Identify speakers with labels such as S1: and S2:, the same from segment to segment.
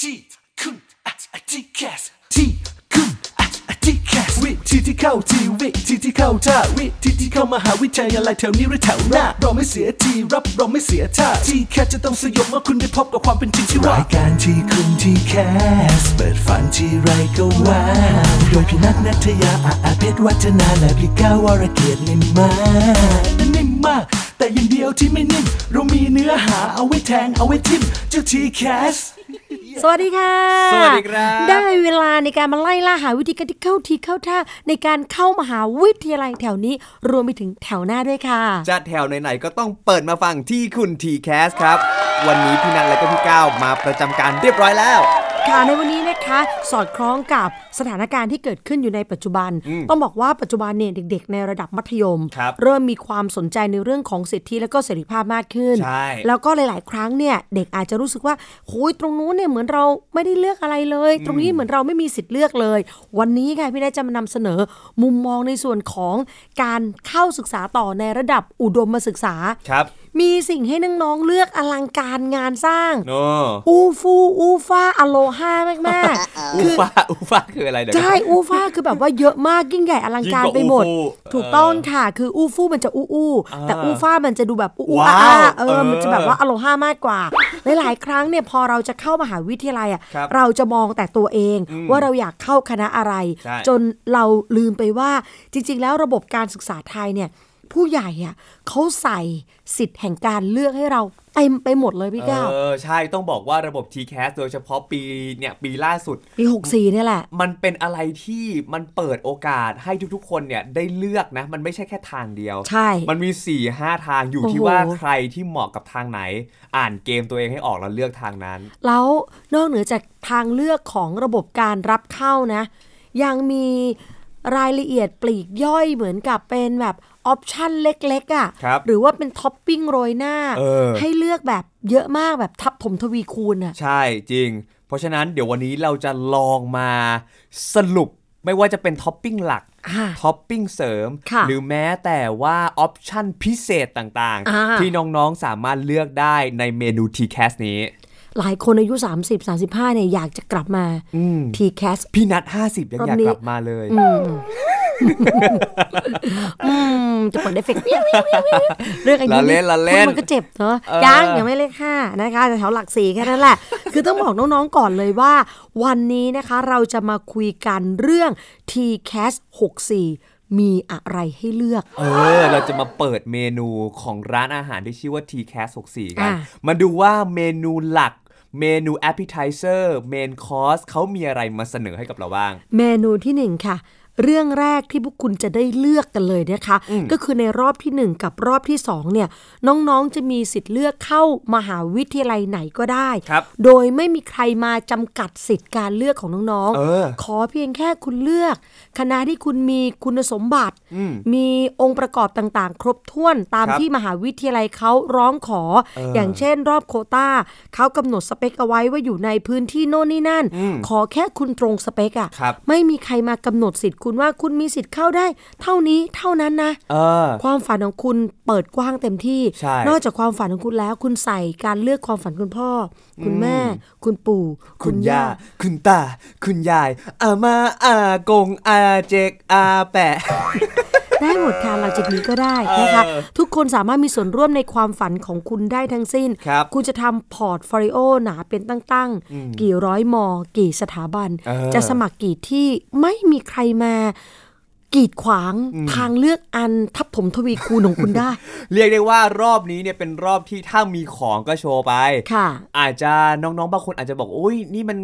S1: ที่คุณอ่ะอ่ะที่แคสที่คุณอ่ะอ่ะที่แคสวิธีที่เข้าทีวิธีที่เข้าท่าวิธีที่เข้ามหาวิทยาลัยแถวนี้หรือแถวหน้าเราไม่เสียทีรับเราไม่เสียท่าที่แคสจะต้องสยบเมื่อคุณได้พบกับความเป็นจริงที่ว่ารายการที่คุณที่แคสเปิดฝันที่ไรก็ว่าโดยพี่นัทนัทยาอาอาเพชรวัฒนาและพี่ก้าวรเกียรตินิ่มมากนิ่มมาก แต่อยังเดียวที่ไม่นิ่มเรามีเนื้อหาเอาไว้แทงเอาไว้ทิมเจ้าทีแคส
S2: สวัสดีค่ะ
S3: สวัสดีครับ
S2: ได้เวลาในการมาไล่ล่าหาวิธีการที่เข้าทีเข้าท่าในการเข้ามหาวิทยาลัยแถวนี้รวมไปถึงแถวหน้าด้วยค่ะ
S3: จะแถวไหนๆก็ต้องเปิดมาฟังที่คุณทีแคสครับ วันนี้พี่นันและก็พี่ก้าวมาประจำการเรียบร้อยแล้ว
S2: ค่ะในวันนี้นะคะสอดคล้องกับสถานการณ์ที่เกิดขึ้นอยู่ในปัจจุบัน ต้องบอกว่าปัจจุบันเนี่ยเด็กๆ ในระดับมัธยม
S3: ครับ
S2: เริ่มมีความสนใจในเรื่องของสิทธิและก็เสรีภาพมากขึ้น
S3: ใช่
S2: แล้วก็หลาย ๆ ครั้งเนี่ยเด็กอาจจะรู้สึกว่าโอ้ยตรงนู้นเนี่ยเหมือนเราไม่ได้เลือกอะไรเลย ตรงนี้เหมือนเราไม่มีสิทธิ์เลือกเลย วันนี้ค่ะพี่ได้จะมานำเสนอมุมมองในส่วนของการเข้าศึกษาต่อในระดับอุดมศึกษา
S3: ครับ
S2: มีสิ่งให้น้องๆเลือกอลังการงานสร้าง
S3: โอ้
S2: อูฟูอูฟ้าอโลฮามากๆ
S3: อู
S2: คือ
S3: ฟ้าอูฟ้าคืออะไรเดี๋ยวก่อน
S2: ใช่อูฟ้าคือแบบว่าเยอะมากยิ่งใหญ่อลังการไปหมด
S3: ยิ่งกว่าอูฟู
S2: ถูกต้องค่ะ คืออูฟูมันจะอูอูแต่อูฟ้ามันจะดูแบบอูอูอา
S3: ว้าว
S2: อาเอ
S3: เอ
S2: อ
S3: อ
S2: มันจะแบบว่าอโลฮามากกว่า หลายๆ ครั้งเนี่ยพอเราจะเข้ามหาวิทยาลัยอ่ะ
S3: ครับ
S2: เราจะมองแต่ตัวเองว่าเราอยากเข้าคณะอะไร
S3: ใช่
S2: จนเราลืมไปว่าจริง ๆ แล้วระบบการศึกษาไทยเนี่ยผู้ใหญ่อ่ะเขาใส่สิทธิ์แห่งการเลือกให้เราเต็มไปหมดเลยพี่ก้าว
S3: เออใช่ต้องบอกว่าระบบ t c a s โดยเฉพาะปีเนี่ยปีล่าสุด
S2: ปีหกสี่เนี่ยแหละ
S3: มันเป็นอะไรที่มันเปิดโอกาสให้ทุกๆ คนเนี่ยได้เลือกนะ มันไม่ใช่แค่ทางเดียว
S2: ใช่
S3: มันมี4ี่ห้าทางอยู่
S2: โอ้โห
S3: ที่ว่าใครที่เหมาะกับทางไหน อ่านเกมตัวเองให้ออกแล้วเลือกทางนั้น
S2: แล้วนอกเหนือจากทางเลือกของระบบการรับเข้านะ ยังมีรายละเอียดปลีกย่อยเหมือนกับเป็นแบบออปชันเล็กๆอะ่ะ
S3: ครับ
S2: หรือว่าเป็นท็อปปิ้งโรยหน้า
S3: เออ
S2: ให้เลือกแบบเยอะมากแบบทับถมทวีคูณอ่ะ
S3: ใช่จริง เพราะฉะนั้นเดี๋ยววันนี้เราจะลองมาสรุปไม่ว่าจะเป็นท็อปปิ้งหลัก
S2: อ่า
S3: ท็อปปิ้งเสริม
S2: ค่ะ
S3: หรือแม้แต่ว่าออปชั่นพิเศษต่าง
S2: อ่า
S3: ๆ ที่น้องๆสามารถเลือกได้ในเมนู TCAS นี้
S2: หลายคนอายุ 30-35 เนี่ยอยากจะกลับมา T-Cast
S3: พี่นัด 50 ยังอ
S2: รอ
S3: ยาก
S2: บนี้
S3: กลับมาเลย
S2: อืมจะเปิดได้เฟกเรื่องอายุ
S3: ละเล่นละเล่น
S2: คนมันก็เจ็บเนอะ
S3: เออ
S2: ยังยังไม่เลขห้านะคะแต่แถวหลักสี่แค่นั้นแหละ คือต้องบอกน้องๆก่อนเลยว่า วันนี้นะคะเราจะมาคุยกันเรื่อง TCAS 64 มีอะไรให้เลือก
S3: เออ เราจะมาเปิดเมนูของร้านอาหารที่ชื่อว่า TCAS 64 กัน
S2: อ่า
S3: มาดูว่าเมนูหลัก เมนู appetizer main course เขามีอะไรมาเสนอให้กับเราบ้าง
S2: เมนูที่หนึ่งค่ะ เรื่องแรกที่พวกคุณจะได้เลือกกันเลยนะคะ ก็คือในรอบที่หนึ่งกับรอบที่สองเนี่ย น้องๆจะมีสิทธิ์เลือกเข้ามหาวิทยาลัยไหนก็ได้
S3: ครับ
S2: โดยไม่มีใครมาจำกัดสิทธิ์การเลือกของน้อง
S3: เออ
S2: ขอเพียงแค่คุณเลือก คณะที่คุณมีคุณสมบัติ มีองค์ประกอบต่างๆ ครบถ้วนตาม
S3: ครับ
S2: ที่มหาวิทยาลัยเขาร้องขอ อย่างเช่น รอบโควตาเขากำหนดสเปคเอาไว้ว่าอยู่ในพื้นที่โน่นนี่นั่น ขอแค่คุณตรงสเปคอะ
S3: ครับ
S2: ไม่มีใครมากำหนดสิทธิ์คุณว่าคุณมีสิทธิ์เข้าได้ เท่านี้เท่านั้นนะ
S3: เออ
S2: ความฝันของคุณเปิดกว้างเต็มที่
S3: ใช่
S2: นอกจากความฝันของคุณแล้ว คุณใส่การเลือกความฝันคุณพ่ออคุณแม่ คุณปู่
S3: คุณย่า คุณตา คุณยาย อามา อากง อาเจก อาแปะ
S2: ได้หมดค่ะหลังจากนี้ก็ได้นะคะ
S3: เออ
S2: ทุกคนสามารถมีส่วนร่วมในความฝันของคุณได้ทั้งสิ้น
S3: ครับ
S2: คุณจะทำพอร์ตโฟลิโอหนาเป็นตั้งๆ กี่ร้อยมอ กี่สถาบัน
S3: เออ
S2: จะสมัครกี่ที่ไม่มีใครมากีดขวางทางเลือกอันทับถมทวีคูณของคุณได้
S3: เรียกได้ว่ารอบนี้เนี่ยเป็นรอบที่ถ้ามีของก็โชว์ไป
S2: ค่ะ
S3: อาจจะน้องๆ บางคนอาจจะบอกโอ้ยนี่มัน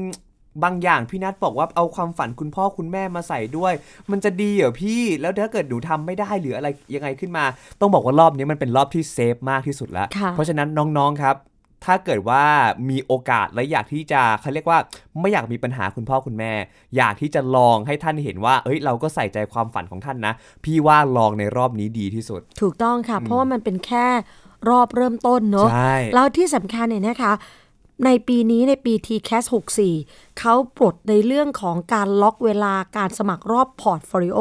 S3: บางอย่างพี่นัทบอกว่าเอาความฝันคุณพ่อคุณแม่มาใส่ด้วย มันจะดีเหรอพี่ แล้วถ้าเกิดหนูทำไม่ได้หรืออะไรยังไงขึ้นมา ต้องบอกว่ารอบนี้มันเป็นรอบที่เซฟมากที่สุดแล้ว
S2: ค่ะ
S3: เพราะฉะนั้นน้องๆ ครับ ถ้าเกิดว่ามีโอกาสและอยากที่จะเขาเรียกว่าไม่อยากมีปัญหาคุณพ่อคุณแม่ อยากที่จะลองให้ท่านเห็นว่า เอ้ยเราก็ใส่ใจความฝันของท่านนะ พี่ว่าลองในรอบนี้ดีที่สุด
S2: ถูกต้องค่ะ เพราะว่ามันเป็นแค่รอบเริ่มต้นเนอะ
S3: ใช่
S2: แล้วที่สำคัญเนี่ยนะคะ ในปีนี้ในปี TCAS 64 เขาปลดในเรื่องของการล็อกเวลาการสมัครรอบพอร์ตโฟลิโอ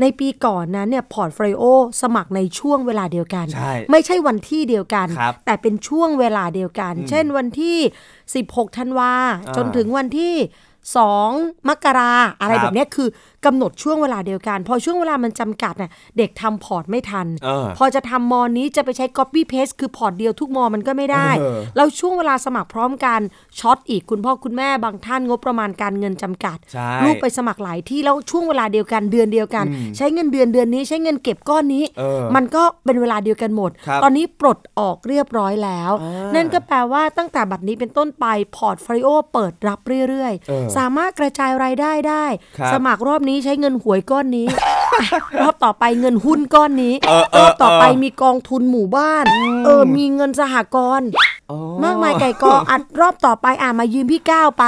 S2: ในปีก่อนนั้นเนี่ยพอร์ตโฟลิโอสมัครในช่วงเวลาเดียวกัน
S3: ใช่
S2: ไม่ใช่วันที่เดียวกัน
S3: ครับ
S2: แต่เป็นช่วงเวลาเดียวกัน เช่นวันที่ 16 ธันวา
S3: อ่า
S2: จนถึงวันที่ 2 มกราอะไร
S3: ครับ
S2: แบบเนี้ยคือกำหนดช่วงเวลาเดียวกัน พอช่วงเวลามันจำกัดเนี่ยเด็กทำพอร์ตไม่ทัน
S3: เออ
S2: พอจะทำมอนี้จะไปใช้ copy paste คือพอร์ตเดียวทุกมอมันก็ไม่ได้
S3: เออ
S2: แล้วช่วงเวลาสมัครพร้อมกันช็อตอีกคุณพ่อคุณแม่บางท่านงบประมาณการเงินจำกัด
S3: ใช่
S2: ลูกไปสมัครหลายที่แล้วช่วงเวลาเดียวกันเดือนเดียวกัน ใช้เงินเดือนเดือนนี้ใช้เงินเก็บก้อนนี้
S3: เออ
S2: มันก็เป็นเวลาเดียวกันหมด
S3: ครับ
S2: ตอนนี้ปลดออกเรียบร้อยแล้ว
S3: อ่านั่
S2: นั่นก็แปลว่าตั้งแต่บัดนี้เป็นต้นไปพอร์ตฟลิโอเปิดรับเรื่อย
S3: เออ
S2: สามารถกระจายรายได้ได้
S3: ครับ
S2: สมัครรอบนี้ใช้เงินหวยก้อนนี้ รอบต่อไปเงินหุ้นก้อนนี้รอบต่อไปมีกองทุนหมู่บ้าน เออมีเงินสหกรณ์
S3: โอ้
S2: มากมายไก่กองอัดรอบต่อไปอ่ามายืมพี่ก้าวไป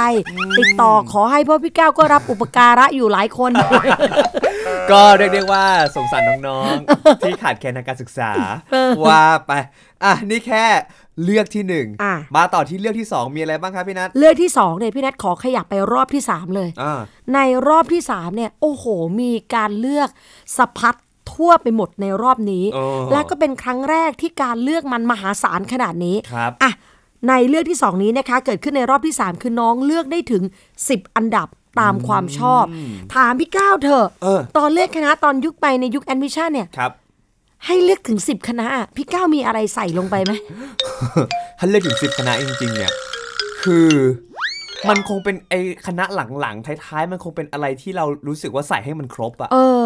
S2: ติดต่อขอให้เพ่อพี่ก้าวก็รับอุปการะอยู่หลายคน
S3: ก็เรียกได้ว่าสงสารน้อง ๆ ที่ขาดแคลนทางการศึกษา ว่าไป อ่ะ นี่แค่เลือกที่หนึ่ง
S2: อ่ะ
S3: มาต่อที่เลือกที่สองมีอะไรบ้างครับพี่นัท
S2: เลือกที่สองเนี่ยพี่นัทขอขยับไปรอบที่สามเลย
S3: อ่า
S2: ในรอบที่สามเนี่ยโอ้โห มีการเลือกสะพัดทั่วไปหมดในรอบนี้
S3: เออ
S2: แล้วก็เป็นครั้งแรกที่การเลือกมันมหาศาลขนาดนี้
S3: ครับ
S2: อ่ะในเลือกที่สองนี้นะคะ เกิดขึ้นในรอบที่สามคือน้องเลือกได้ถึง 10 อันดับตามความชอบ ถามพี่ก้าวเถอะ
S3: เออ
S2: ตอนเลือกคณะตอนยุคไปในยุคแอดมิชชั่นเนี่ย
S3: ครับ
S2: ให้เลือกถึง 10 คณะอะพี่ก้าวมีอะไรใส่ลงไปไหม
S3: ถ้าเลือกถึงสิบคณะจริง ๆ เนี่ย คือมันคงเป็นไอคณะหลังๆ ท้ายๆ มันคงเป็นอะไรที่เรารู้สึกว่าใส่ให้มันครบอะ
S2: เออ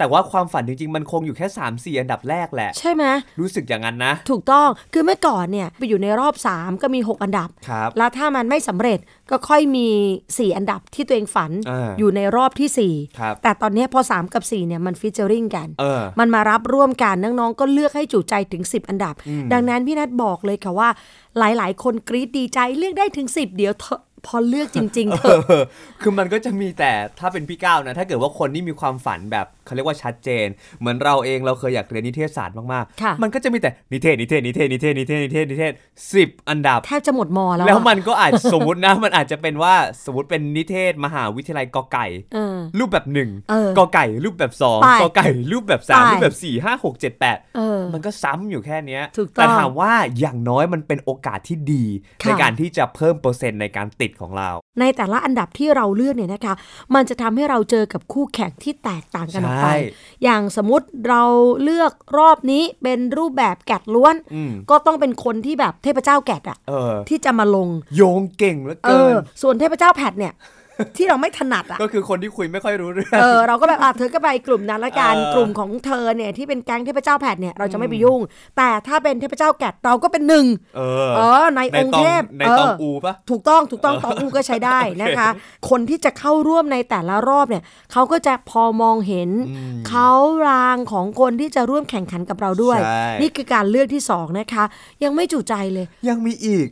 S3: แต่ว่าความฝันจริง ๆ มันคงอยู่แค่ 3 4 อันดับแรกแหละ
S2: ใช่ไหม
S3: รู้สึกอย่างนั้นนะ
S2: ถูกต้องคือเมื่อก่อนเนี่ยไปอยู่ในรอบ 3 ก็มี 6 อันดับ
S3: ครับ
S2: แล้วถ้ามันไม่สำเร็จก็ค่อยมี 4 อันดับที่ตัวเองฝัน
S3: อ่า
S2: ยู่ในรอบทีสี่
S3: ครับ
S2: 4 แต่ตอนเนี้ยพอ 3 กับ 4 เนี่ยมันฟิชเจอริงกัน
S3: เออ
S2: มันมารับร่วมกันน้องๆก็เลือกให้จุใจถึง 10 อันดับ ดังนั้นพี่นัทบอกเลยค่ะว่า หลายๆ คนกรี๊ดดีใจเลือกได้ถึง 10 เดี๋ยวเถอะพอเลือกจริง ๆเถอะ
S3: เออ คือมันก็จะมีแต่ถ้าเป็นพี่ก้าวนะ ถ้าเกิดว่าคนที่มีความฝันแบบเขาเรียกว่าชัดเจน เหมือนเราเองเราเคยอยากเรียนนิเทศศาสตร์มาก
S2: ค่ะ
S3: ๆ มันก็จะมีแต่นิเทศนิเทศนิเทศนิเทศนิเทศนิเทศนิเทศสิบอันดับ
S2: แทบจะหมดมอแล้ว
S3: แล้ว
S2: อะ
S3: มันก็อาจ สมมตินะ มันอาจจะเป็นว่าสมมติเป็นนิเทศมหาวิทยาลัยกอไก่
S2: เออ
S3: รูปแบบหนึ่ง
S2: เออก
S3: อไก่รูปแบบสอง
S2: ไป
S3: กอไก่รูปแบบสาม
S2: ไป
S3: รูปแบบสี่ห้าหกเจ็ดแปด
S2: เออ
S3: มันก็ซ้ำอยู่แค่เนี้ย
S2: ถูกต้อง
S3: แต่ถามว่าอย่างน้อยมันเป็นโอกาสที่ดี ใน
S2: ค่ะ
S3: การที่จะเพิ่มเปอร์เซ็นต์ในการติดของเรา
S2: ในแต่ละอันดับที่เราเลือกเนี่ยนะคะ มันจะทำให้เราเจอกับคู่แข่งที่แตกต่างกันออกไป
S3: ใช่
S2: อย่างสมมติเราเลือกรอบนี้เป็นรูปแบบแกดล้วน
S3: อืม
S2: ก็ต้องเป็นคนที่แบบเทพเจ้าแกดอะ
S3: เออ
S2: ที่จะมาลง
S3: โยงเก่งเหลือ
S2: เอ
S3: เกิ
S2: อ
S3: น
S2: ส่วนเทพเจ้าแพท เนี่ย ที่เราไม่ถนัดอะ
S3: ก็คือคนที่คุยไม่ค่อยรู้เรื่อง
S2: เออเราก็แบบอ่ะเธอก็ไปกลุ่มนั้นละกัน
S3: เออ
S2: กลุ่มของเธอเนี่ยที่เป็นแก๊งเทพเจ้าแพทเนี่ยเราจะไม่ไปยุ่ง แต่ถ้าเป็นเทพเจ้าแกดเราก็เป็นหนึ่ง
S3: เออ
S2: เออในองค์เทพ
S3: ในตอง
S2: เอออู
S3: อูปะ
S2: ถูกต้องถูกต้องตองอูก็ใช้ได้นะคะ คนที่จะเข้าร่วมในแต่ละรอบเนี่ยเขาก็จะพอมองเห็นเขารางของคนที่จะร่วมแข่งขันกับเราด้วย
S3: ใช่
S2: นี่คือการเลือกที่สองนะคะ ยังไม่จุใจเลย
S3: ยังมีอีก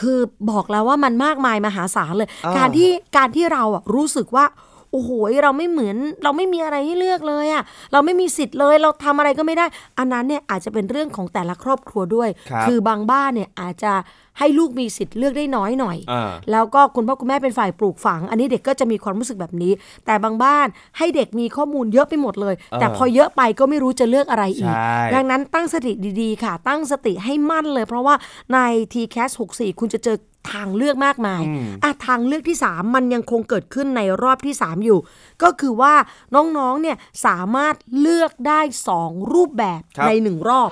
S2: คือบอกแล้วว่ามันมากมายมหาศาลเลย
S3: อ้าว
S2: การที่การที่เราอะรู้สึกว่า โอ้โหเราไม่เหมือน เราไม่มีอะไรให้เลือกเลยอะเราไม่มีสิทธิ์เลยเราทำอะไรก็ไม่ได้ อันนั้นเนี่ยอาจจะเป็นเรื่องของแต่ละครอบครัวด้วย
S3: ครับ
S2: อบางบ้านเนี่ยอาจจะให้ลูกมีสิทธิ์เลือกได้น้อยหน่อย
S3: อ่า
S2: แล้วก็คุณพ่อคุณแม่เป็นฝ่ายปลูกฝัง อันนี้เด็กก็จะมีความรู้สึกแบบนี้ แต่บางบ้านให้เด็กมีข้อมูลเยอะไปหมดเลย แต่พอเยอะไปก็ไม่รู้จะเลือกอะไรอีก
S3: ใช่
S2: ดังนั้นตั้งสติดีๆ ค่ะ ตั้งสติให้มั่นเลย เพราะว่าใน t c a s 64 คุณจะเจอทางเลือกมากมายอ่ะทางเลือกที่ 3 มันยังคงเกิดขึ้นในรอบที่ 3 อยู่ ก็คือว่าน้องๆ เนี่ยสามารถเลือกได้ 2 รูปแบบ
S3: ครับ
S2: ใน 1 รอบ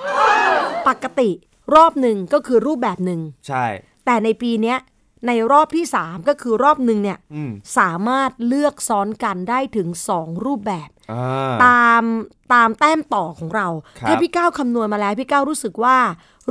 S2: ปกติรอบหนึ่งก็คือรูปแบบหนึ่ง
S3: ใช่
S2: แต่ในปีเนี้ยในรอบที่ 3 ก็คือรอบหนึ่งเนี่ย
S3: อืม
S2: สามารถเลือกซ้อนกันได้ถึง 2 รูปแบบ
S3: อ่า
S2: ตามตามแต้มต่อของเรา
S3: ครับ
S2: ถ้าพี่ก้าวคำนวณมาแล้ว พี่ก้าวรู้สึกว่า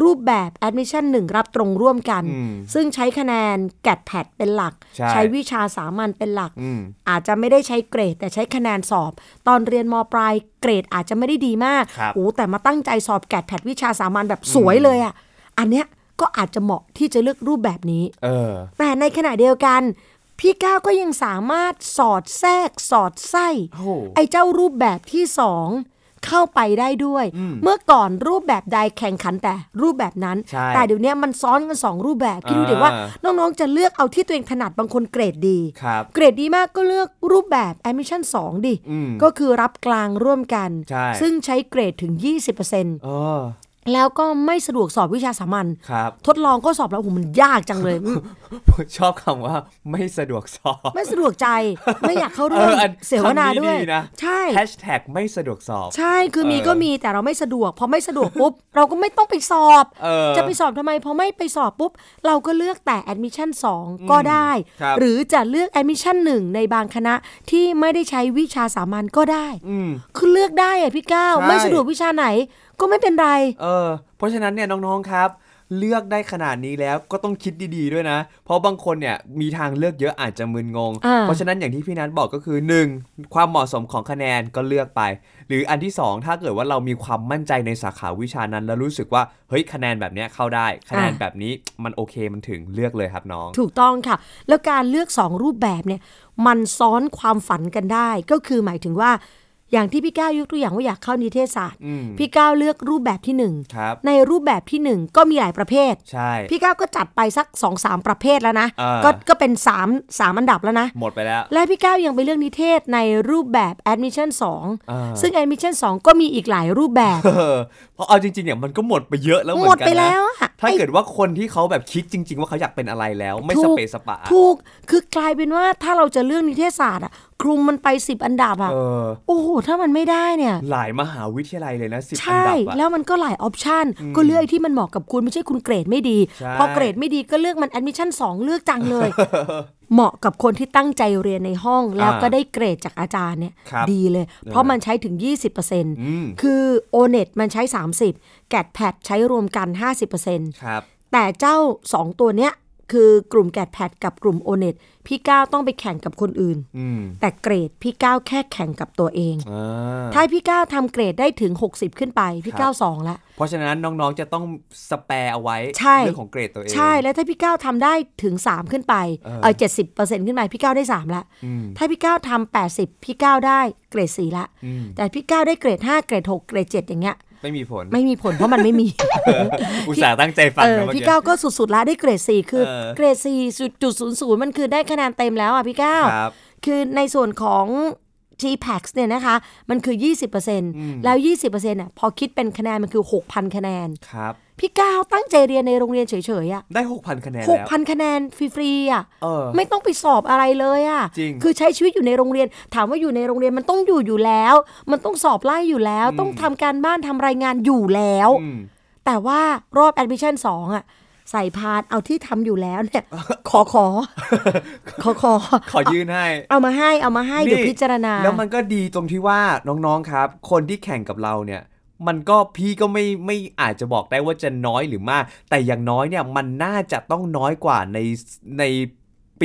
S2: รูปแบบ Admission 1 รับตรงร่วมกัน
S3: อืม
S2: ซึ่งใช้คะแนนแกดแพดเป็นหลัก
S3: ใช่
S2: วิชาสามัญเป็นหลัก
S3: อืม
S2: อาจจะไม่ได้ใช้เกรด แต่ใช้คะแนนสอบ ตอนเรียนมปลายเกรดอาจจะไม่ได้ดีมาก
S3: ครับ
S2: โอ้แต่มาตั้งใจสอบแกดแพดวิชาสามัญแบบสวยเลยอะ่ะอันเนี้ยก็อาจจะเหมาะที่จะเลือกรูปแบบนี้
S3: เออ
S2: แต่ในขณะเดียวกัน พี่ก้าวก็ยังสามารถสอดแทรกสอดไส้
S3: โอ้โห
S2: ไอ้เจ้ารูปแบบที่สอง เข้าไปได้ด้วย เมื่อก่อนรูปแบบใดแข่งขันแต่รูปแบบนั้น
S3: ใช่
S2: แต่เดี๋ยวเนี้ยมันซ้อนกันสองรูปแบบคิดดู
S3: อ่า
S2: เดี๋ยวว่า น้องๆจะเลือกเอาที่ตัวเองถนัดบางคนเกรดดี
S3: ครับ
S2: เกรดดีมากก็เลือกรูปแบบ admission 2 ดิ
S3: อืม
S2: ก็คือรับกลางร่วมกัน
S3: ใช่
S2: ซึ่งใช้เกรดถึง 20%
S3: เออ
S2: แล้วก็ไม่สะดวกสอบวิชาสามัญ
S3: ครับ
S2: ทดลองก็สอบแล้วโอ้โหมันยากจังเลย
S3: ชอบคำว่าไม่สะดวกสอบ
S2: ไม่สะดวก ใจไม่อยากเข้าร่วม
S3: เอออัน
S2: เสวนาด้วย
S3: คำนี้ดีนะ
S2: ใช่
S3: แฮชแท็กไม่สะดวกสอบ
S2: ใช่คือมี
S3: เออ
S2: ก็มีแต่เราไม่สะดวกพอไม่สะดวกปุ๊บ เราก็ไม่ต้องไปสอบ
S3: เออ
S2: จะไปสอบทำไมพอไม่ไปสอบปุ๊บ เราก็เลือกแต่ admission 2 ก็ได้
S3: ครับ
S2: หรือจะเลือก admission 1 ในบางคณะที่ไม่ได้ใช้วิชาสามัญก็ได้
S3: อืม
S2: คือเลือกได้อะพี่ก้าว
S3: ใช่
S2: ไม่สะดวกวิชาไหนก็ไม่เป็นไร
S3: เออเพราะฉะนั้นเนี่ยน้องๆครับ เลือกได้ขนาดนี้แล้วก็ต้องคิดดีๆด้วยนะ เพราะบางคนเนี่ยมีทางเลือกเยอะอาจจะมึนงง
S2: อ่า
S3: เพราะฉะนั้นอย่างที่พี่นัทบอกก็คือหนึ่งความเหมาะสมของคะแนนก็เลือกไป หรืออันที่สองถ้าเกิดว่าเรามีความมั่นใจในสาขาวิชานั้น แล้วรู้สึกว่าเฮ้ยคะแนนแบบเนี้ยเข้าได้คะแนน
S2: อ่า
S3: แบบนี้มันโอเคมันถึงเลือกเลยครับน้อง
S2: ถูกต้องค่ะ แล้วการเลือก 2 รูปแบบเนี่ยมันซ้อนความฝันกันได้ ก็คือหมายถึงว่า อย่างที่พี่ก้าวยกตัวอย่างว่าอยากเข้านิเทศศาสตร์
S3: อืม
S2: พี่ก้าวเลือกรูปแบบที่หนึ่ง
S3: ครับ
S2: ในรูปแบบที่หนึ่งก็มีหลายประเภท
S3: ใช่
S2: พี่ก้าวก็จัดไปสัก2อสาประเภทแล้วนะ
S3: อ่า
S2: ก็ก็เป็น3ามสามอันดับแล้วนะ
S3: หมดไปแล้ว
S2: และพี่ก้าวยังไปเลือกนิเทศในรูปแบบ admission
S3: อ่า
S2: 2 ซึ่ง admission 2 ก็มีอีกหลายรูปแบบ
S3: เออเพราะเอาจริงๆเนี่ยมันก็หมดไปเยอะแล้วเหมื
S2: หม
S3: อ
S2: ด
S3: นกัน
S2: ไป
S3: นะ
S2: แล้วอะ
S3: ถ้า
S2: ไอ้
S3: เกิดว่าคนที่เขาแบบคิดจริง ๆ ว่าเขาอยากเป็นอะไรแล้ว ไม่ส
S2: ถูก
S3: เปซสปะ
S2: ถูก คือกลายเป็นว่าถ้าเราจะเลือกนิเทศศาสตร์อะคลุมมันไป 10 อันดับอะ
S3: เออ
S2: โอ้โห ถ้ามันไม่ได้เนี่ย
S3: หลายมหาวิทยาลัยเลยนะสิบอัน
S2: ใช่
S3: ดับอะ
S2: แล้วมันก็หลายออปชันก็เลือกที่มันเหมาะกับคุณไม่ใช่คุณเกรดไม่ดี
S3: ใช่
S2: พอเกรดไม่ดีก็เลือกมันแอดมิชชั่น2เลือกจังเลย เหมาะกับคนที่ตั้งใจเรียนในห้อง แล้วก็ได้เกรดจากอาจารย์เนี่ย
S3: ครับ
S2: ดีเลย เพราะมันใช้ถึง
S3: ม
S2: 20%คือ o n e t มันใช้ 30 g a t p a d ใช้รวมกัน 50%
S3: ครับ
S2: แต่เจ้า 2 ตัวเนี้ยคือกลุ่ม g a t p a d กับกลุ่ม o n e t พี่ก้าวต้องไปแข่งกับคนอื่น
S3: อืม
S2: แต่เกรดพี่ก้าวแค่แข่งกับตัวเอง
S3: อ่า
S2: ถ้าพี่ก้าวทำเกรดได้ถึง 60 ขึ้นไป พี่ก้าวสองละ
S3: เพราะฉะนั้นน้องๆจะต้องสแปร์เอาไว้
S2: ใช่
S3: เรื่องของเกรดตัวเอง
S2: ใช่แล้วถ้าพี่ก้าวทำได้ถึง 3 ขึ้นไป
S3: เออ
S2: เออเจ็ดสิบเปอร์เซ็นต์ขึ้นไปพี่ก้าวได้ 3 ละ
S3: อืม
S2: ถ้าพี่ก้าวทำแปดสิบพี่ก้าวได้เกรด 4 ละ
S3: อืม
S2: แต่พี่ก้าวได้เกรด 5 เกรด 6 เกรด 7 อย่างเงี้ย
S3: ไม่มีผล
S2: ไม่มีผลเพราะมันไม่มี
S3: อุตส่าห์ตั้งใจฟัง
S2: เออ
S3: นะเมื่อ
S2: พี่
S3: กี้
S2: ก้าวก็สุดๆละได้เกรด 4 คือ
S3: เออ
S2: เกรด4จุดจุดศูนย์ศูนย์มันคือได้คะแนนเต็มแล้วอ่ะพี่ก้าว
S3: ครับ
S2: คือในส่วนของ g p a x เนี่ยนะคะ มันคือ 20%แล้ว 20%อ่ะพอคิดเป็นคะแนนมันคือ 6,000 คะแนน
S3: ครับ
S2: พี่ก้าวตั้งใจเรียนในโรงเรียนเฉยๆอ่ะ
S3: ได้ 6,000 คะแนน
S2: หก
S3: แล้ว
S2: พันคะแนนฟรีๆอ่ะ
S3: เออ
S2: ไม่ต้องไปสอบอะไรเลยอ่ะ
S3: จริง
S2: คือใช้ชีวิตอยู่ในโรงเรียน ถามว่าอยู่ในโรงเรียนมันต้องอยู่อยู่แล้ว มันต้องสอบไล่อยู่แล้ว ต้องทำการบ้านทำรายงานอยู่แล้ว
S3: อืม
S2: แต่ว่ารอบแอดมิชชั่นสองอ่ะ ใส่พานเอาที่ทำอยู่แล้วเนี่ย ขอขอ ขอขอ
S3: ขอยื่นให้
S2: เอามาให้เอามาให้เดี๋ยว
S3: นี่
S2: พิจารณา
S3: แล้วมันก็ดีตรงที่ว่าน้องๆครับ คนที่แข่งกับเราเนี่ย มันก็พี่ก็ไม่ไม่อาจจะบอกได้ว่าจะน้อยหรือมาก แต่อย่างน้อยเนี่ยมันน่าจะต้องน้อยกว่าในใน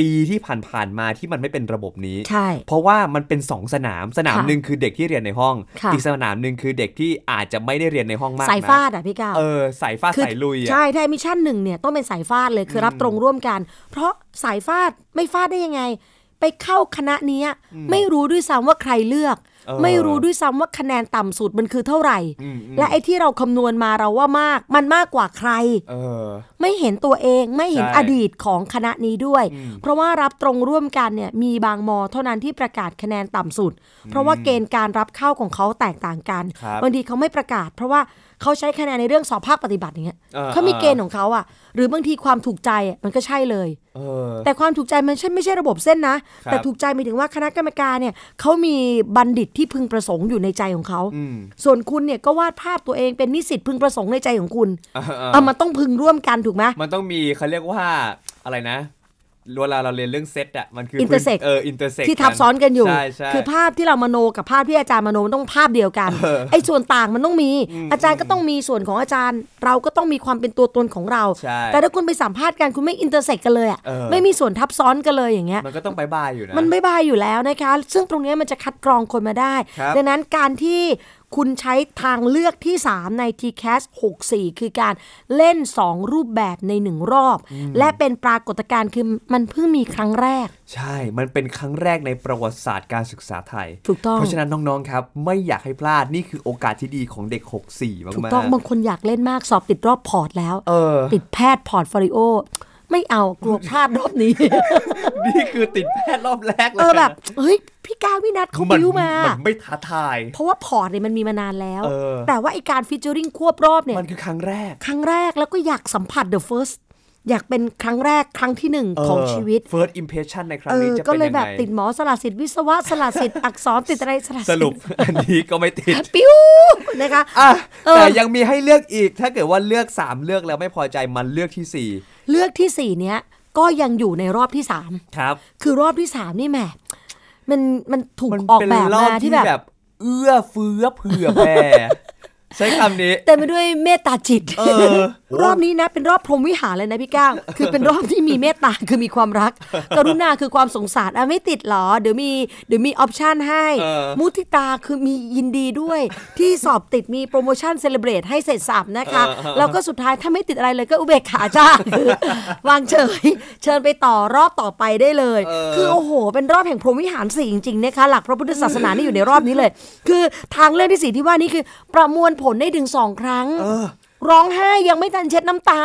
S3: ปีที่ผ่านๆมาที่มันไม่เป็นระบบนี้
S2: ใช่
S3: เพราะว่ามันเป็น 2 สนามสนาม
S2: ค่ะ
S3: หนึ่งคือเด็กที่เรียนในห้อง
S2: ค่ะ
S3: อีกสนามหนึ่งคือเด็กที่อาจจะไม่ได้เรียนในห้องมาก
S2: สาย
S3: นะ
S2: ฟาดอ่ะพี่ก้าว
S3: เออสายฟาด
S2: คือ
S3: สายลุยอะ
S2: ใช่ถ้ามิชชั่นหนึ่งเนี่ยต้องเป็นสายฟาดเลยคือรับตรงร่วมกัน เพราะสายฟาดไม่ฟาดได้ยังไง ไปเข้าคณะเนี้ยไม่รู้ด้วยซ้ำว่าใครเลือก ไม่รู้ด้วยซ้ำว่าคะแนนต่ำสุดมันคือเท่าไหร่ และไอ้ที่เราคำนวณมาเราว่ามาก มันมากกว่าใคร
S3: เออ
S2: ไม่เห็นตัวเองไม่เห็น
S3: ใช่
S2: อดีตของคณะนี้ด้วย เพราะว่ารับตรงร่วมกันเนี่ยมีบางมอเท่านั้นที่ประกาศคะแนนต่ำสุด เพราะว่าเกณฑ์การรับเข้าของเขาแตกต่างกัน
S3: ครับ
S2: งทีเขาไม่ประกาศ เพราะว่าเขาใช้คะแนนในเรื่องสอบภาคปฏิบัติอย่างเงี้ย
S3: เออ
S2: เขามีเกณฑ์ของเขาอ่ะหรือบางทีความถูกใจอะมันก็ใช่เลย
S3: เออ
S2: แต่ความถูกใจมันใช่ไม่ใช่ระบบเส้นนะ
S3: ครับ
S2: แต่ถูกใจหมายถึงว่าคณะกรรมการเนี่ยเขามีบัณฑิตที่พึงประสงค์อยู่ในใจของเขา
S3: อืม
S2: ส่วนคุณเนี่ยก็วาดภาพตัวเองเป็นนิสิตพึงประสงค์ในใจของคุณ
S3: เออเออ
S2: เออมันต้องพึงร่วมกันถูกไหม
S3: มันต้องมีเขาเรียกว่าอะไรนะเวลาเราเรียนเรื่องเซตอะมันคือ
S2: Intersect
S3: พื้นเอออินเตอร์เซ็ก
S2: ที่ทับซ้อนกันอยู่
S3: ใช่ใช่
S2: คือภาพที่เรามโนกับภาพที่อาจารย์มโนมันต้องภาพเดียวกัน ไอ้ส่วนต่างมันต้องมี อาจารย์ก็ต้องมีส่วนของอาจารย์ เราก็ต้องมีความเป็นตัวตนของเรา
S3: ใช่
S2: แต่ถ้าคุณไปสัมภาษณ์กันคุณไม่อินเตอร์เซ็กกันเลยอ่ะ
S3: เออ
S2: ไม่มีส่วนทับซ้อนกันเลยอย่างเงี้ย
S3: มันก็ต้องบายบายอยู่นะ
S2: มันไม่บายอยู่แล้วนะคะ ซึ่งตรงเนี้ยมันจะคัดกรองคนมาได้
S3: ครับ
S2: ดังนั้นการที่ คุณใช้ทางเลือกที่ 3 ใน TCAS 64 คือการเล่น 2 รูปแบบใน 1 รอบ และเป็นปรากฏการณ์คือมันเพิ่งมีครั้งแรก
S3: ใช่ มันเป็นครั้งแรกในประวัติศาสตร์การศึกษาไทย
S2: ถูกต้อง
S3: เพราะฉะนั้นน้องๆ ครับ ไม่อยากให้พลาด นี่คือโอกาสที่ดีของเด็ก 64 มากๆ
S2: ถูกต้องบางคนอยากเล่นมากสอบติดรอบพอร์ตแล้ว
S3: เออ
S2: ติดแพทย์พอร์ตโฟลิโอ ไม่เอากลัวพลาดรอบนี้
S3: นี่คือติดแพทย์รอบแรกเลย
S2: เออแบบ
S3: นะ
S2: เฮ้ย พี่กาวินัทเขา
S3: น
S2: บิ้วมาม
S3: นไม่ท้าทาย
S2: เพราะว่าพอร์ตเนี่ยมันมีมานานแล้ว
S3: เออ
S2: แต่ว่าไอการฟิชเจอริงควบรอบเนี่ย
S3: มันคือครั้งแรก
S2: ครั้งแรกแล้วก็อยากสัมผัส The First อยากเป็นครั้งแรกครั้งที่หนึ่งของ
S3: เ
S2: ชีวิต
S3: first impression ในครั้ง
S2: เอ
S3: นี้
S2: อ
S3: จะ
S2: ก็
S3: เป็น
S2: เลย
S3: ยัง
S2: แบบ
S3: ไง
S2: ติดหมอสลัดสิทธิ์วิศวะสลัดสิทธิ์ อักษรติดอะไรสลัด
S3: ส
S2: ทธิ์
S3: รุป อันนี้ก็ไม่ติด
S2: ปิ้ว นะคะ
S3: อ่ะ
S2: เออ
S3: แต่ยังมีให้เลือกอีก ถ้าเกิดว่าเลือก 3 เลือกแล้วไม่พอใจมันเลือกทีสี่
S2: เลือกที่สี่เนี้ยก็ยังอยู่ในรอบที่สาม
S3: 4ครับ
S2: คือรอบที่สามนี่แหมมันมันถูก
S3: มัน
S2: ออก
S3: เป็น
S2: แบบ
S3: รอบ
S2: มา
S3: ที่
S2: ที่แบบ
S3: แบบ เอื้อเฟื้อเผื่อแผ่ใช้คำนี้
S2: เต็ไมไปด้วยเมตตาจิต
S3: เออ
S2: รอบนี้นะเป็นรอบพรหมวิหารเลยนะพี่ก้าว คือเป็นรอบที่มีเมตตา คือมีความรัก กรุณาคือความสงสารอ่ะไม่ติดหรอ เดี๋ยวมีเดี๋ยวมีออปชันให้
S3: เออ
S2: มุทิตาคือมียินดีด้วย ที่สอบติดมีโปรโมชั่นเซเลบรตให้เสร็จสับนะคะ แล้วก็สุดท้ายถ้าไม่ติดอะไรเลยก็อุเบกขาจ้า คือวางเฉย เชิญไปต่อรอบต่อไปได้เลย คือโอ้โห เป็นรอบแห่งพรหมวิหารสี่จริงๆนะคะหลักพระพุทธศาสนานี่อยู่ในรอบ นี้เลย คือทางเลือกที่สี่ที่ว่านี่คือประมวลผลได้ถึงสองครั้ง ร้องไห้ยังไม่ทันเช็ดน้ำตา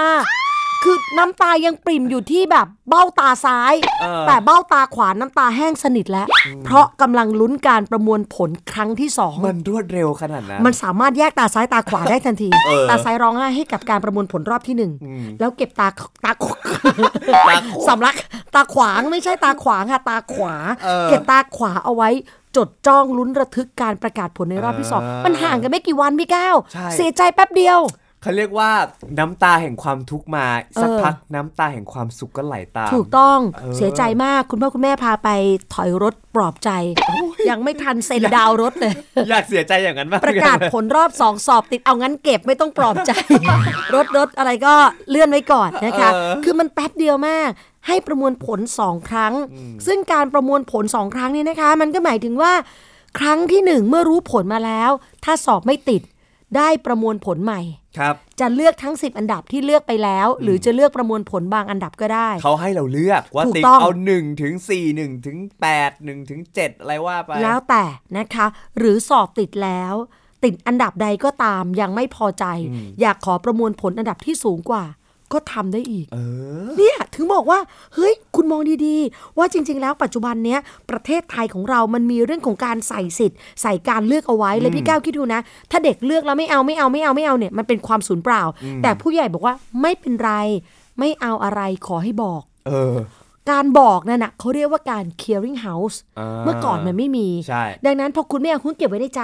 S2: คือน้ำตายังปริ่มอยู่ที่แบบเบ้าตาซ้าย
S3: เออ
S2: แต่เบ้าตาขวาน้ำตาแห้งสนิทแล้ว เพราะกำลังลุ้นการประมวลผลครั้งที่สอง
S3: มันรวดเร็วขนาดนั้น
S2: มันสามารถแยกตาซ้ายตาขวาได้ทันที ตาซ้ายร้องไห้ให้กับการประมวลผลรอบที่หนึ่งแล้วเก็บตาตา
S3: ตาขวา
S2: สำลักตาขวางไม่ใช่ตาขวางค่ะตาขวา
S3: เออ
S2: เก็บตาขวาเอาไว้ จดจ้องลุ้นระทึกการประกาศผลในรอบที่สอง
S3: อ่ามั
S2: มันห่างกันไม่กี่วันพี่ก้าว
S3: ใช่
S2: เสียใจแป๊บเดียว
S3: เขาเรียกว่าน้ำตาแห่งความทุกข์มา สัก
S2: เออ
S3: พักน้ำตาแห่งความสุขก็ไหลตาม
S2: ถูกต้อง
S3: เออ
S2: เสียใจมากคุณพ่อคุณแม่พาไปถอยรถปลอบใจ ยังไม่ทันเซ็นดาวน์รถเลย
S3: อยากเสียใจอย่างนั้นมาก
S2: ประกาศผลรอบสองสอบติดเอางั้นเก็บไม่ต้องปลอบใจ รถรถอะไรก็เลื่อนไว้ก่อนนะคะ คือมันแป๊บเดียวมาก ให้ประมวลผลสองครั้ง ซึ่งการประมวลผลสองครั้งเนี่ยนะคะ มันก็หมายถึงว่า ครั้งที่หนึ่งเมื่อรู้ผลมาแล้ว ถ้าสอบไม่ติดได้ประมวลผลใหม่
S3: ครับ
S2: จะเลือกทั้ง 10 อันดับที่เลือกไปแล้ว หรือจะเลือกประมวลผลบางอันดับก็ได้
S3: เขาให้เราเลือกว่า
S2: ถูก
S3: ติ๊ก
S2: ต้อง
S3: เอา1ถึง4 1ถึง8 1ถึง7อะไรว่าไป
S2: แล้วแต่นะคะ หรือสอบติดแล้ว ติดอันดับใดก็ตามยังไม่พอใจ อยากขอประมวลผลอันดับที่สูงกว่า ก็ทำได้อีก เนี่ยถึงบอกว่า เฮ้ย คุณมองดีๆ ว่าจริง ๆ แล้วปัจจุบันเนี้ยประเทศไทยของเรามันมีเรื่องของการใส่สิทธิ์ ใส่การเลือกเอาไว้เลยพี่ก้าวคิดดูนะ ถ้าเด็กเลือกแล้วไม่เอาไม่เอาไม่เอาไม่เอาเนี่ยมันเป็นความสูญเปล่า แต่ผู้ใหญ่บอกว่าไม่เป็นไร ไม่เอาอะไรขอให้บอก
S3: เออ
S2: การบอกนั่นน่ะเขาเรียกว่าการ clearing house
S3: อ่า
S2: เมื่อก่อนมันไม่มี
S3: ใช่
S2: ดังนั้นพอคุณไม่เอาคุณเก็บไว้ในใจ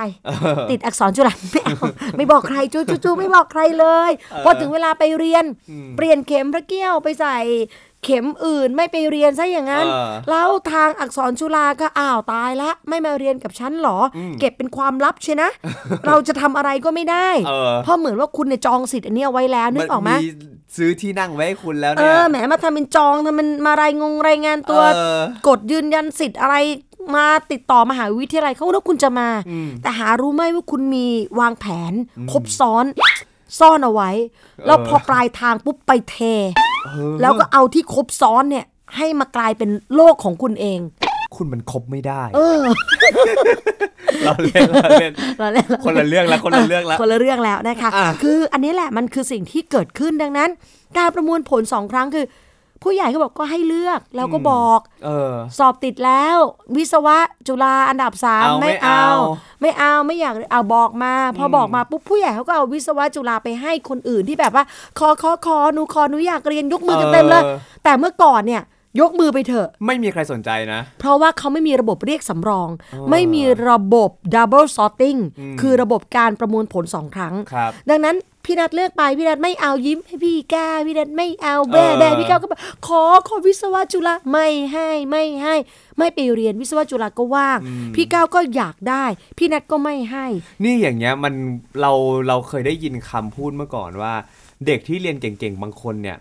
S2: ติดอักษรจุฬาไม่เอา ไม่บอกใครจูจูจูไม่บอกใครเลย พอถึงเวลาไปเรียน เปลี่ยนเข็มพระเกี้ยวไปใส่เข็มอื่นไม่ไปเรียนซะอย่างนั้น
S3: เออ
S2: แล้วทางอักษรจุฬาก็อ้าวตายละ ไม่มาเรียนกับฉันเหรออเก็บเป็นความลับใช่ นะ เราจะทำอะไรก็ไม่ได้
S3: เออ
S2: เพราะเหมือนว่าคุณเนี่ยจองสิทธิ์อันเนี้ยไว้แล้วนึกออกไหม
S3: มีซื้อที่นั่งไว้ให้คุณแล้ว
S2: เอ
S3: เนี่ย
S2: อแหมมาทำเป็นจองทำเป็นมารายงงรายงานตัว
S3: เออก
S2: ดยืนยันสิทธิ์อะไรมาติดต่อมหาวิทยาลัยเขาแล้วคุณจะมา แต่หารู้ไหมว่าคุณมีวางแผน ครบซ้อนซ่อนเอาไว้ แล้วพอปลายทางปุ๊บไปเท แล้วก็เอาที่ครบซ้อนเนี่ย ให้มากลายเป็นโลกของคุณเอง
S3: คุณมันคบไม่ได้
S2: เออ
S3: เราเล่นเราเล่น
S2: เราเล่น
S3: คนละเรื่องละคนละเรื่องละ
S2: คนละเรื่องแล้วนะคะ
S3: อ่ะ
S2: คืออันนี้แหละมันคือสิ่งที่เกิดขึ้นดังนั้น การประมวลผลสองครั้งคือ ผู้ใหญ่ก็บอกก็ให้เลือกแล้วก็บอก
S3: เออ
S2: สอบติดแล้ว วิศวะจุฬาอันดับสาม
S3: เอาไม่
S2: ไม่เอา
S3: เอา
S2: ไม่เอาไม่อยากเอาบอกมา พอบอกมาปุ๊บผู้ใหญ่เขาก็เอาวิศวะจุฬาไปให้คนอื่นที่แบบว่า ขอขอขอหนูขอหนูอยากเรียนยกมือกันเต็มเลย แต่เมื่อก่อนเนี่ย ยกมือไปเถอะ
S3: ไม่มีใครสนใจนะ
S2: เพราะว่าเขาไม่มีระบบเรียกสำรอง ไม่มีระบบ double sorting คือระบบการประมวลผลสองครั้ง
S3: ครับ
S2: ดังนั้นพี่นัดเลือกไปพี่นัดไม่เอายิ้มให้พี่ก้าพี่นัดไม่เอาแบ่แบ่
S3: เออ
S2: พี่ก้าก็แบบขอขอวิศวะจุฬาไม่ให้ไม่ให้ ไม่ไปเรียนวิศวะจุฬาก็ว่าง พี่ก้าวก็อยากได้ พี่นัดก็ไม่ให้
S3: นี่อย่างเงี้ยมันเราเราเคยได้ยินคำพูดเมื่อก่อนว่า เด็กที่เรียนเก่งๆ บางคนเนี่ย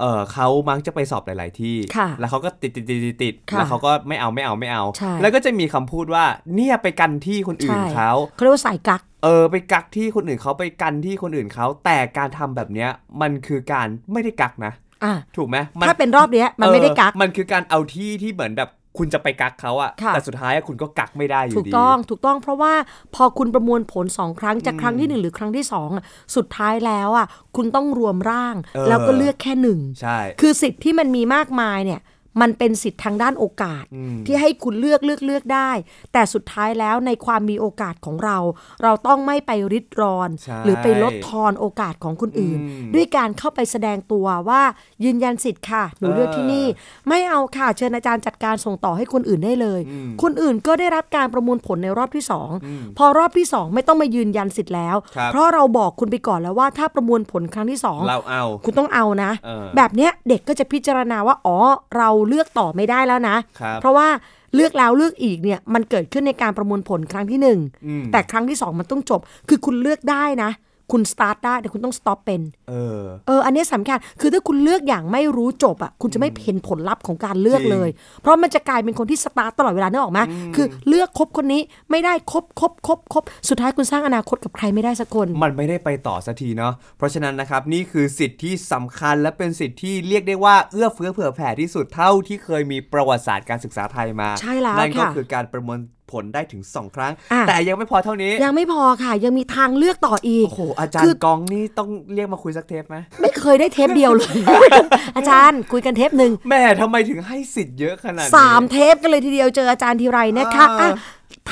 S3: เออเขามักจะไปสอบหลาย ๆ ที่
S2: ค่ะ
S3: แล้วเขาก็ติดติดติดติดติด
S2: ค่ะ
S3: แล้วเขาก็ไม่เอาไม่เอาไม่เอา
S2: ใช่
S3: แล้วก็จะมีคำพูดว่าเนี่ยไปกันที่คนอื่นเขา
S2: เขาเรียกว่าสายกัก
S3: เออไปกักที่คนอื่นเขาไปกันที่คนอื่นเขาแต่การทำแบบเนี้ยมันคือการไม่ได้กักนะ
S2: อ่ะ
S3: ถูกไหมมั
S2: ถ้าเป็นรอบเนี้ยมันไม่ได้กัก
S3: เออมันคือการเอาที่ที่เหมือนแบบคุณจะไปกักเขาอะ
S2: ค่ะ
S3: แต่สุดท้ายอะคุณก็กักไม่ได้อยู่ดี
S2: ถูกต้องถูกต้องเพราะว่าพอคุณประมวลผลสองครั้งจากครั้งที่หนึ่งหรือครั้งที่สองอ่ะสุดท้ายแล้วอ่ะคุณต้องรวมร่าง
S3: เออ
S2: แล้วก็เลือกแค่หนึ่ง
S3: ใช่
S2: คือสิทธิ์ที่มันมีมากมายเนี่ยมันเป็นสิทธิ์ทางด้านโอกาส ที่ให้คุณเลือกเลือกเลือกได้ แต่สุดท้ายแล้วในความมีโอกาสของเรา เราต้องไม่ไปริดรอน
S3: ใช่
S2: หรือไปลดทอนโอกาสของคนอื่น
S3: อืม
S2: ด้วยการเข้าไปแสดงตัวว่ายืนยันสิทธิ์ค่ะ หนูเลือกที่นี่ ไม่เอาค่ะเชิญอาจารย์จัดการส่งต่อให้คนอื่นได้เลย คนอื่นก็ได้รับการประมวลผลในรอบที่สองพอรอบที่สองไม่ต้องมายืนยันสิทธิ์แล้ว
S3: ครับ
S2: เพราะเราบอกคุณไปก่อนแล้วว่าถ้าประมวลผลครั้งที่สอง
S3: เราเอา
S2: คุณต้องเอานะ
S3: เออ
S2: แบบเนี้ยเด็กก็จะพิจารณาว่า อ๋อ เราเลือกต่อไม่ได้แล้วนะ
S3: ครับ
S2: เพราะว่าเลือกแล้วเลือกอีกเนี่ยมันเกิดขึ้นในการประมวลผลครั้งที่หนึ่ง
S3: อืม
S2: แต่ครั้งที่สองมันต้องจบ คือคุณเลือกได้นะ คุณสตาร์ทได้แต่คุณต้องสต็อปเป็น
S3: เออ
S2: เออ อันนี้สำคัญ คือถ้าคุณเลือกอย่างไม่รู้จบอ่ะ คุณจะไม่เห็นผลลัพธ์ของการเลือก
S3: จริง
S2: เลย เพราะมันจะกลายเป็นคนที่สตาร์ทตลอดเวลาเนกออกไหมคือเลือกคบคนนี้ไม่ได้คบคบคบคบสุดท้ายคุณสร้างอนาคตกับใครไม่ได้สักคน
S3: มันไม่ได้ไปต่อสักทีเนาะ เพราะฉะนั้นนะครับนี่คือสิทธิที่สำคัญและเป็นสิทธิที่เรียกได้ว่าเอื้อเฟื้อเผื่อแผ่ที่สุดเท่าที่เคยมีประวัติศาสตร์การศึกษาไทยมา
S2: ใช่แล้ว
S3: นั่นก็
S2: ค่ะ
S3: คือการประมวลผลได้ถึง 2 ครั้ง
S2: อ่ะ
S3: แต่ยังไม่พอเท่านี้
S2: ยังไม่พอค่ะ ยังมีทางเลือกต่ออีก
S3: โอ้โห อาจาร
S2: คือ
S3: ย์กองนี่ต้องเรียกมาคุยสักเทปไหม
S2: ไม่เคยได้เทปเดียวเลย อาจารย์คุยกันเทปหนึ่ง
S3: แม่ทำไมถึงให้สิทธิ์เยอะขนาดนี้
S2: สามเทปกันเลยทีเดียวเจออาจารย์ทีไรนะคะ
S3: อ่า
S2: อ่ะ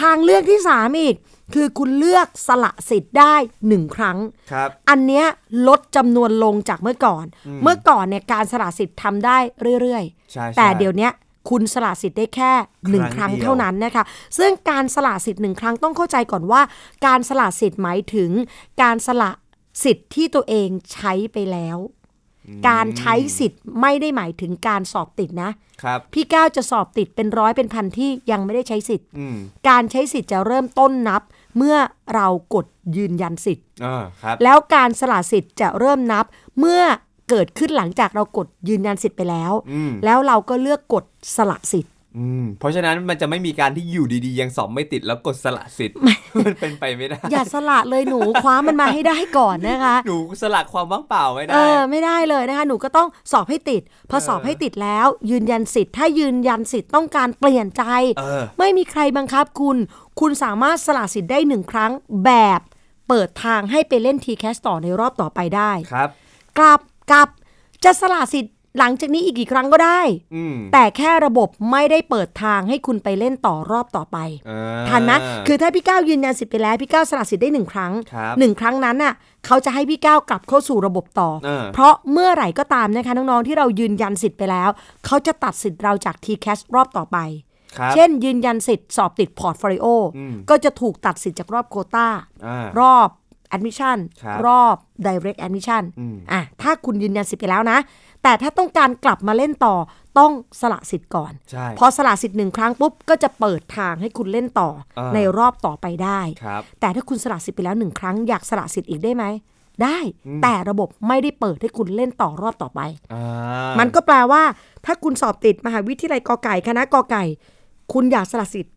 S2: ทางเลือกที่สามอีก คือคุณเลือกสละสิทธิ์ได้หนึ่งครั้ง
S3: ครับ
S2: อันเนี้ยลดจำนวนลงจากเมื่อก่อน เมื่อก่อนเนี่ยการสละสิทธิ์ทำได้เรื่อยๆ
S3: ใช่ใช่
S2: แต่เดี๋ยวเนี้ยคุณสละสิทธิ์ได้แค่หนึ่ง
S3: ค
S2: ค
S3: รั้
S2: รั้
S3: ง
S2: ง
S3: เดียว
S2: เท่านั้นนะคะ ซึ่งการสละสิทธิ์หนึ่งครั้งต้องเข้าใจก่อนว่า การสละสิทธิ์หมายถึง การสละสิทธิ์ที่ตัวเองใช้ไปแล้ว การใช้สิทธิ์ไม่ได้หมายถึงการสอบติดนะ
S3: ครับ
S2: พี่ก้าวจะสอบติดเป็นร้อยเป็นพันที่ยังไม่ได้ใช้สิทธิ์
S3: อืม
S2: การใช้สิทธิ์จะเริ่มต้นนับ เมื่อเรากดยืนยันสิทธิ์
S3: อ่าครับ
S2: แล้วการสละสิทธิ์จะเริ่มนับเมื่อเกิดขึ้นหลังจากเรากดยืนยันสิทธิ์ไปแล้ว แล้วเราก็เลือกกดสละสิทธิ์
S3: อืมเพราะฉะนั้นมันจะไม่มีการที่อยู่ดีๆ ยังสอบไม่ติดแล้วกดสละสิทธิ์ มันเป็นไปไม่ได้
S2: อย่าสละเลยหนู คว้ามันมาให้ได้ก่อนนะคะ
S3: หนูสละความว่างเปล่าไม่
S2: เอ
S3: ได้
S2: อไม่ได้เลยนะคะ หนูก็ต้องสอบให้ติด พอสอบให้ติดแล้ว ยืนยันสิทธิ์ถ้ายืนยันสิทธิ์ต้องการเปลี่ยนใจ
S3: เออ
S2: ไม่มีใครบังคับคุณ คุณสามารถสละสิทธิ์ได้หนึ่งครั้งแบบเปิดทางให้ไปเล่นทีแคสต่อในรอบต่อไปได้
S3: ครับ
S2: กลับกลับจะสละสิทธิ์หลังจากนี้อีกกี่ครั้งก็ได้
S3: อืม
S2: แต่แค่ระบบไม่ได้เปิดทางให้คุณไปเล่นต่อรอบต่อไป
S3: อ่า
S2: ทันนะ คือถ้าพี่ก้าวยืนยันสิทธิ์ไปแล้ว พี่ก้าวสละสิทธิ์ได้หนึ่งครั้ง
S3: ครับ
S2: หนึ่งครั้งนั้นน่ะเขาจะให้พี่ก้าวกลับเข้าสู่ระบบต่อ
S3: เออ
S2: เพราะเมื่อไหร่ก็ตามนะคะน้องๆที่เรายืนยันสิทธิ์ไปแล้ว เขาจะตัดสิทธิ์เราจาก t c a s สรอบต่อไป
S3: ครับ
S2: เช่น ยืนยันสิทธิ์สอบติดพอร์ตโฟลิโอ
S3: อืม
S2: ก็จะถูกตัดสิทธิ์จากรอบโควต้า
S3: อ่า
S2: รอบ admission
S3: ครับ
S2: รอบ direct admission
S3: อืม
S2: อ่ะถ้าคุณยืนยันสิทธิ์ไปแล้วนะ แต่ถ้าต้องการกลับมาเล่นต่อต้องสละสิทธิ์ก่อน
S3: ใช่
S2: พอสละสิทธิ์หนึ่งครั้งปุ๊บ ก็จะเปิดทางให้คุณเล่นต่อ
S3: อ่า
S2: ในรอบต่อไปได้
S3: ครับ
S2: แต่ถ้าคุณสละสิทธิ์ไปแล้วหนึ่งครั้งอยากสละสิทธิ์อีกได้ไหม ได้ แต่ระบบไม่ได้เปิดให้คุณเล่นต่อรอบต่อไป
S3: อ่ามั
S2: มันก็แปลว่า ถ้าคุณสอบติดมหาวิทยาลัยกอไก่คณะกอไก่ คุณอยากสละสิทธิ์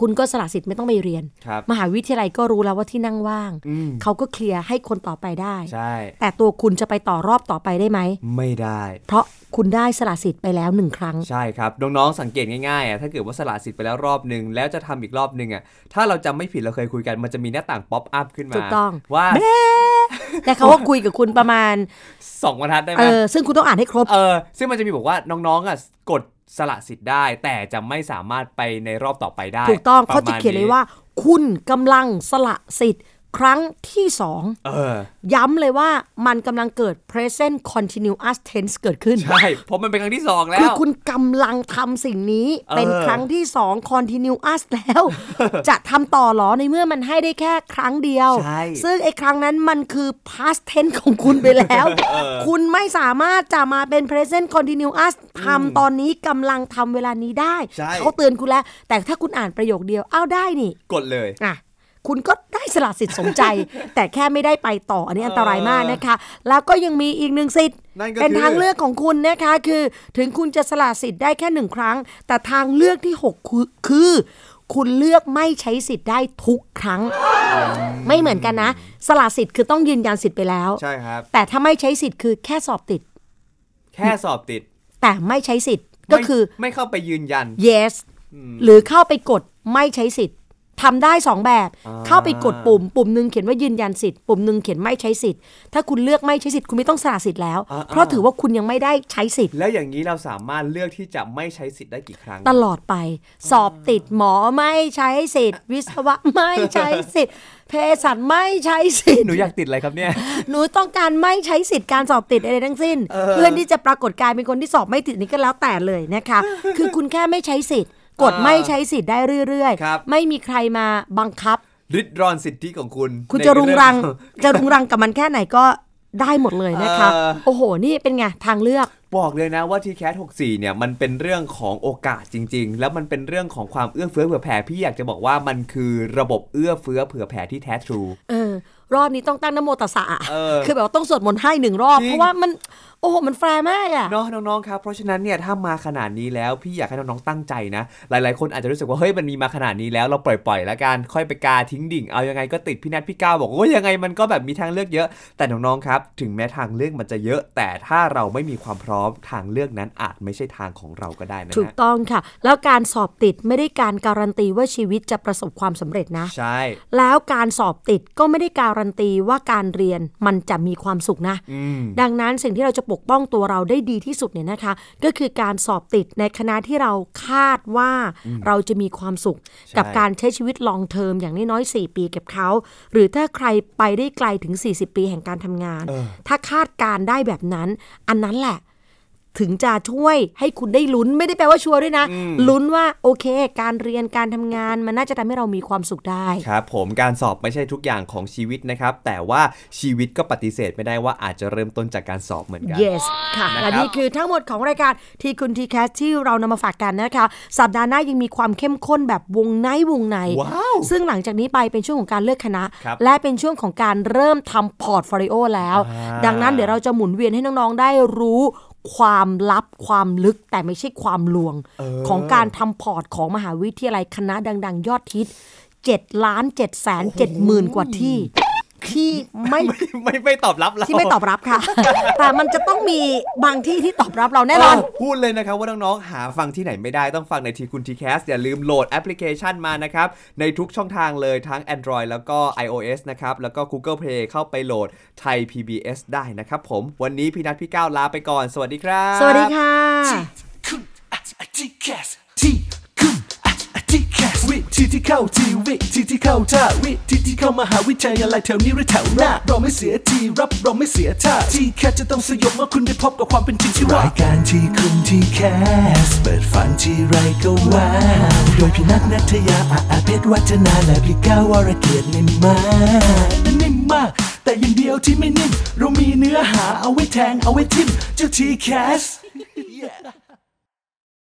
S2: คุณก็สละสิทธิ์ไม่ต้องไปเรียน
S3: ครับ
S2: มหาวิทยาลัยก็รู้แล้วว่าที่นั่งว่าง
S3: อืม
S2: เขาก็เคลียร์ให้คนต่อไปได้
S3: ใช่
S2: แต่ตัวคุณจะไปต่อรอบต่อไปได้ไหม
S3: ไม่ได้
S2: เพราะคุณได้สละสิทธิ์ไปแล้วหนึ่งครั้ง
S3: ใช่ครับ น้องๆ สังเกตง่ายๆอ่ะถ้าเกิดว่าสละสิทธิ์ไปแล้วรอบหนึ่งแล้วจะทำอีกรอบหนึ่งอ่ะ ถ้าเราจำไม่ผิดเราเคยคุยกัน มันจะมีหน้าต่างป๊อปอัพขึ้นมา
S2: ถูกต้อง
S3: ว่า
S2: แต่เขาก็คุยกับคุณประมาณ
S3: สองบรรทัดได้ไห
S2: เอ
S3: ม
S2: อ ซึ่งคุณต้องอ่านให้ครบ
S3: เออซึ่งมันจะมีบอกว่าน้องๆอ่ะกดสละสิทธิ์ได้ แต่จะไม่สามารถไปในรอบต่อไปได้
S2: ถูกต้อง
S3: ปรมณ
S2: เขาจะเขียนเลยว่า คุณกำลังสละสิทธิ์ ครั้งที่สอง
S3: เออ
S2: ย้ำเลยว่ามันกำลังเกิด present continuous tense เกิดขึ้น
S3: ใช่ เพราะมันเป็นครั้งที่สองแล้ว
S2: คือคุณกำลังทำสิ่งนี้
S3: เออ
S2: เป็นครั้งที่สอง continuous แล้ว จะทำต่อเหรอในเมื่อมันให้ได้แค่ครั้งเดียว
S3: ใช่
S2: ซึ่งไอ้ครั้งนั้นมันคือ past tense ของคุณไปแล้ว คุณไม่สามารถจะมาเป็น present continuous ทำตอนนี้กำลังทำเวลานี้ได้
S3: ใช่
S2: เขาเตือนคุณแล้ว แต่ถ้าคุณอ่านประโยคเดียว อ้าวได้นี่
S3: กดเลย
S2: อ่ะคุณก็ได้สละสิทธิ์ส มใจ แต่แค่ไม่ได้ไปต่ออันนี้อันตรายมากนะคะ แล้วก็ยังมีอีกหนึ่งสิทธิ์
S3: นั่นก็คือ
S2: เป็นทางเลือกของคุณนะคะคือ ถึงคุณจะสละสิทธิ์ได้แค่หนึ่งครั้ง แต่ทางเลือกที่ 6 คือคือ คุณเลือกไม่ใช้สิทธิ์ได้ทุกครั้ง ไม่เหมือนกันนะ สละสิทธิ์คือต้องยืนยันสิทธิ์ไปแล้ว
S3: ใช่ครับ
S2: แต่ถ้าไม่ใช้สิทธิ์คือแค่สอบติด
S3: แค่สอบติด
S2: แต่ไม่ใช้สิทธิ์ก็คือ
S3: ไม่ไม่เข้าไปยืนยัน
S2: yes หรือเข้าไปกดไม่ใช้สิทธิ์ทำได้สองแบบ
S3: อ่า
S2: เข้าไปกดปุ่ม ปุ่มหนึ่งเขียนว่ายืนยันสิทธิ์ปุ่มหนึ่งเขียนไม่ใช้สิทธิ์ถ้าคุณเลือกไม่ใช้สิทธิ์คุณไม่ต้องสละสิทธิ์แล้ว เพราะถือว่าคุณยังไม่ได้ใช้สิทธิ์
S3: แล้วอย่างนี้เราสามารถเลือกที่จะไม่ใช้สิทธิ์ได้กี่ครั้ง
S2: ตลอดไป สอบติดหมอไม่ใช้สิทธิ์ วิศวะไม่ใช้สิทธิ์เภสัชไม่ใช้สิทธิ์
S3: หนูอยากติดอะไรครับ เนี่ย
S2: หนูต้องการไม่ใช้สิทธิ์การสอบติดอะไรทั้งสิ้น เพื่อนที่จะปรากฏกายเป็นคนที่สอบไม่ติดนี่ก็แล้วแต่เลยนะคะ คือคุณแค่ไม่ใช้สิทธิ์ กด
S3: อ่า
S2: ไม่ใช้สิทธิ์ได้เรื่อย
S3: ครับ
S2: ๆ ไม่มีใครมาบังคับ
S3: ริดรอนสิทธิของคุณ
S2: คุณ
S3: ใน
S2: จะรุง รัง
S3: เอ
S2: จะรุงรังกับมันแค่ไหนก็ได้หมดเลยนะคะ
S3: เออ
S2: โอ้โหนี่เป็นไงทางเลือก
S3: บอกเลยนะว่า t c a t 64 เนี่ย มันเป็นเรื่องของโอกาสจริง ๆ แล้วมันเป็นเรื่องของความเอื้อเฟื้อเผื่อแผ่พี่อยากจะบอกว่ามันคือระบบเอื้อเฟื้อเผื่อแผ่ที่แท้ทรู
S2: เออรอบนี้ต้องตั้งนโมตัสสะอะ
S3: เออ
S2: คือแบบว่าต้องสวดมนต์ให้หนึ่งรอบ
S3: จริง
S2: เพราะว่ามัน โอ้โห มันแฟร์มากอะ
S3: เนาะน้องๆครับเพราะฉะนั้นเนี่ยถ้ามาขนาดนี้แล้วพี่อยากให้น้องๆตั้งใจนะ หลายๆ คนอาจจะรู้สึกว่าเฮ้ยมันมีมาขนาดนี้แล้วเราปล่อยๆแล้วกันค่อยไปกาทิ้งดิ่งเอายังไงก็ติดพี่นัทพี่ก้าวบอกว่ายังไงมันก็แบบมีทางเลือกเยอะ แต่น้องๆครับ ถึงแม้ทางเลือกมันจะเยอะ แต่ถ้าเราไม่มีความพร้อมทางเลือกนั้นอาจไม่ใช่ทางของเราก็ได้นะ
S2: ถูก
S3: ฮะ
S2: ต้องค่ะ แล้วการสอบติดไม่ได้การการันตีว่าชีวิตจะประสบความสำเร็จนะ
S3: ใช่
S2: แล้วการสอบติดก็ไม่ได้การันตีว่าการเรียนมันจะมีความสุขนะ
S3: อืม
S2: ดังนั้นสิ่งที่เราจะปกป้องตัวเราได้ดีที่สุดเนี่ยนะคะ ก็คือการสอบติดในคณะที่เราคาดว่าเราจะมีความสุข
S3: ใช่
S2: กับการใช้ชีวิตลองเทอมอย่างน้อยๆ4 ปีกับเขา หรือถ้าใครไปได้ไกลถึง 40 ปีแห่งการทำงาน ถ้าคาดการได้แบบนั้น อันนั้นแหละ ถึงจะช่วยให้คุณได้ลุ้นไม่ได้แปลว่าชัวร์ด้วยนะ ลุ้นว่าโอเค การเรียนการทำงานมันน่าจะทำให้เรามีความสุขได้
S3: ครับผมการสอบไม่ใช่ทุกอย่างของชีวิตนะครับ แต่ว่าชีวิตก็ปฏิเสธไม่ได้ว่าอาจจะเริ่มต้นจากการสอบเหมือนกัน
S2: Yes ค่ะ
S3: นะครับ
S2: และนี่คือทั้งหมดของรายการทีคุณทีแคสที่เรานำมาฝากกันนะคะ สัปดาห์หน้ายังมีความเข้มข้นแบบวงในวงใน
S3: ว้าว
S2: ซึ่งหลังจากนี้ไปเป็นช่วงของการเลือกคณะ
S3: ครับ
S2: และเป็นช่วงของการเริ่มทำพอร์ตโฟลิโอแล้ว
S3: อ่า
S2: ดังนั้นเดี๋ยวเราจะหมุนเวียนให้น้อง ๆ ได้รู้ความลับความลึกแต่ไม่ใช่ความลวง ของการทำพอร์ตของมหาวิทยาลัยคณะดัง ๆ ยอดฮิต7ล้าน7แสน7หมื่นกว่าที่ที่ไม่
S3: ไม่ไม่ไม่ตอบรับเรา
S2: ที่ไม่ตอบรับ ค่ะ แต่มันจะต้องมีบางที่ที่ตอบรับเราแน่นอน
S3: เพูดเลยนะครับว่าน้องๆ หาฟังที่ไหนไม่ได้ต้องฟังในทีคุณทีแคสอย่าลืมโหลดแอปพลิเคชันมานะครับ ในทุกช่องทางเลยทั้ง Android แล้วก็ iOS นะครับ แล้วก็ Google Play เข้าไปโหลดไทย PBS ได้นะครับผม วันนี้พี่นัทพี่ก้าวลาไปก่อน สวัสดีครับ
S2: สวัสดีค่ะ
S1: คุณอะอะที่แคสที่คุณอะอะที่แคสวิธีที่เข้าทีวิธีที่เข้าท่าวิธีที่เข้ามหาวิทยาลัยแถวนี้หรือแถวหน้าเราไม่เสียทีรับเราไม่เสียท่าที่แคสจะต้องสยบเมื่อคุณได้พบกับความเป็นจริงที่ว่ารายการที่คุณที่แคสเปิดฝันที่ไรก็ว้าวโดยพี่นัทนัทยาอาอาเพชรวัฒนาและพี่ก้าววรเกียรตินิ่มมากนิ่มมาก แต่อย่างเดียวที่ไม่นิ่มเรามีเนื้อหาเอาไว้แทงเอาไว้ทิมเจ้าทีแคส